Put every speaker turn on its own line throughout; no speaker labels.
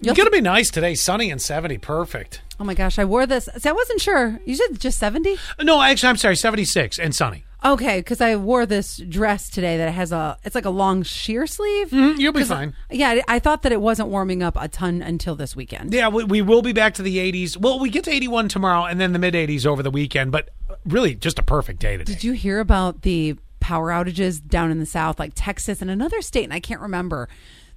It's gonna be nice today. Sunny and seventy. Perfect.
Oh my gosh, I wore this. See, I wasn't sure. You said just 70?
No, actually, I'm sorry. Seventy six and sunny.
Okay, because I wore this dress today that has a, it's like a long sheer sleeve.
Mm, you'll be fine.
Yeah, I- I thought that it wasn't warming up a ton until this weekend.
Yeah, we, we will be back to the 80s. Well, we get to 81 tomorrow and then the mid 80s over the weekend, but really just a perfect day today.
Did you hear about the power outages down in the South, like Texas and another state, and I can't remember?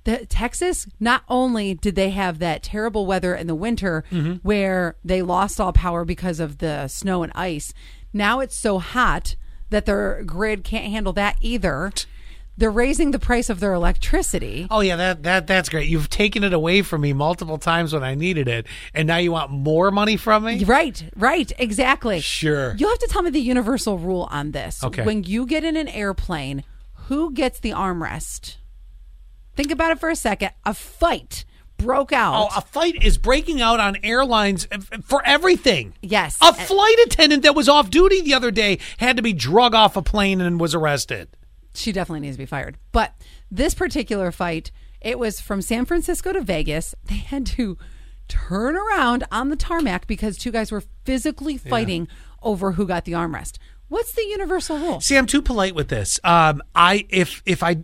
The, Texas, not only did they have that terrible weather in the winter where they lost all power because of the snow and ice, now it's so hot that their grid can't handle that either. They're raising the price of their electricity.
Oh yeah, that that that's great. You've taken it away from me multiple times when I needed it, and now you want more money from me?
Right, right, exactly.
Sure.
You'll have to tell me the universal rule on this.
Okay.
When you get in an airplane, who gets the armrest? Think about it for a second. A fight broke
Oh,
out.
a fight is breaking out on airlines uh, for everything.
Yes.
A flight attendant that was off duty the other day had to be drug off a plane and was arrested.
she definitely needs to be fired. But this particular fight, it was from San Francisco to Vegas. They had to turn around on the tarmac because two guys were physically fighting over who got the armrest. What's the universal rule?
See, I'm too polite with this. Um, I if if I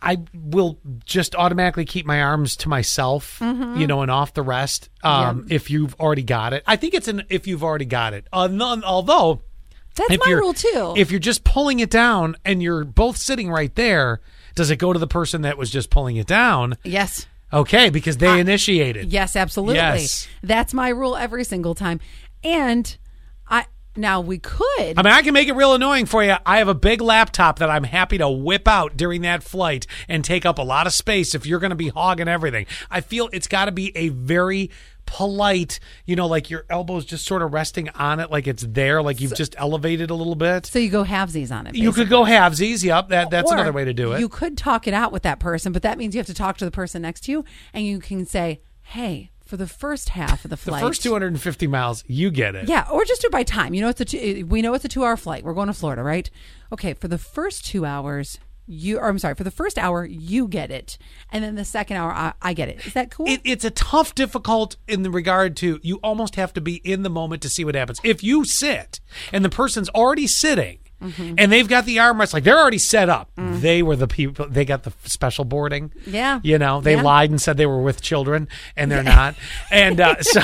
I will just automatically keep my arms to myself, you know, and off the rest. Um, if you've already got it, I think it's an if you've already got it. Uh, none- although
That's
if
my
you're-
rule too.
If you're just pulling it down and you're both sitting right there, does it go to the person that was just pulling it down?
yes.
Okay, because they initiated.
Yes, absolutely.
Yes.
That's my rule every single time. And I now we could
I mean, I can make it real annoying for you. I have a big laptop that I'm happy to whip out during that flight and take up a lot of space if you're going to be hogging everything. I feel it's got to be a very polite, you know, like your elbows just sort of resting on it, like it's there, like you've just elevated a little bit.
so you go halvesies on it.
you could go halvesies. Yep, that that's
Or
another way to do it.
You could talk it out with that person, but that means you have to talk to the person next to you and you can say, "Hey, for the first half of the
the
flight."
first 250 miles, you get it.
yeah, or just do it by time. You know, it's a two, we know it's a two-hour flight. We're going to Florida, right? Okay, for the first two hours, you. Or I'm sorry, for the first hour, you get it, and then the second hour, I, I get it. Is that cool?
it, it's a tough, difficult in the regard to you almost have to be in the moment to see what happens. If you sit and the person's already sitting
Mm-hmm.
and they've got the armrest, like they're already set up, they were the people, they got the special boarding.
Mm. Yeah.
You know, they
Yeah.
lied and said they were with children and they're not. And uh, so,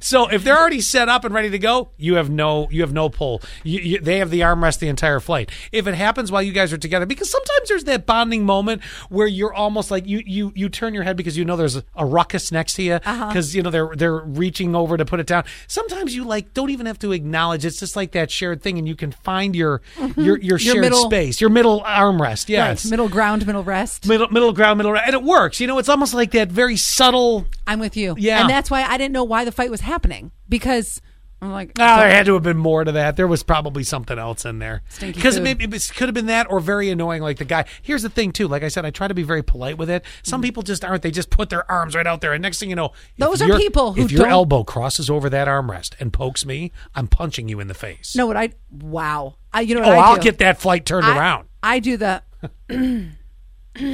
so if they're already set up and ready to go, you have no, you have no pull. You, you, they have the armrest the entire flight. If it happens while you guys are together, because sometimes there's that bonding moment where you're almost like you, you, you turn your head because you know there's a, a ruckus next to you
Uh-huh.
because you know they're they're reaching over to put it down. Sometimes you like don't even have to acknowledge. It's just like that shared thing, and you can find your your, your shared
Mm-hmm. middle-
space, your middle armrest.
Right,
Yes,
middle ground, middle rest.
middle middle ground middle and it works you know it's almost like that very subtle
I'm with you.
Yeah.
And that's why I didn't know why the fight was happening because I'm like,
Ah, there had to have been more to that. There was probably something else in there.
Stinky
Because it,
food.
may- it was- could have been that or very annoying, like the guy. Here's the thing, too. Like I said, I try to be very polite with it. Some people just aren't. They just put their arms right out there. And next thing you know, if
Mm. Those are
your-
people who
If your
don't-
elbow crosses over that armrest and pokes me, I'm punching you in the face.
no, what I, wow. I, you know
oh,
what I
I'll
do?
get that flight turned
I-
around.
I do the,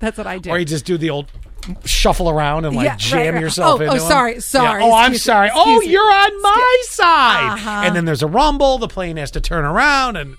that's what I do.
Or you just do the old shuffle around and like
Yeah, right,
jam
right.
yourself
Oh,
into
oh,
him.
sorry,
Yeah.
sorry,
Oh, I'm
excuse-
sorry. Oh,
excuse me. Uh-huh.
you're on my side. And then there's a rumble. The plane has to turn around and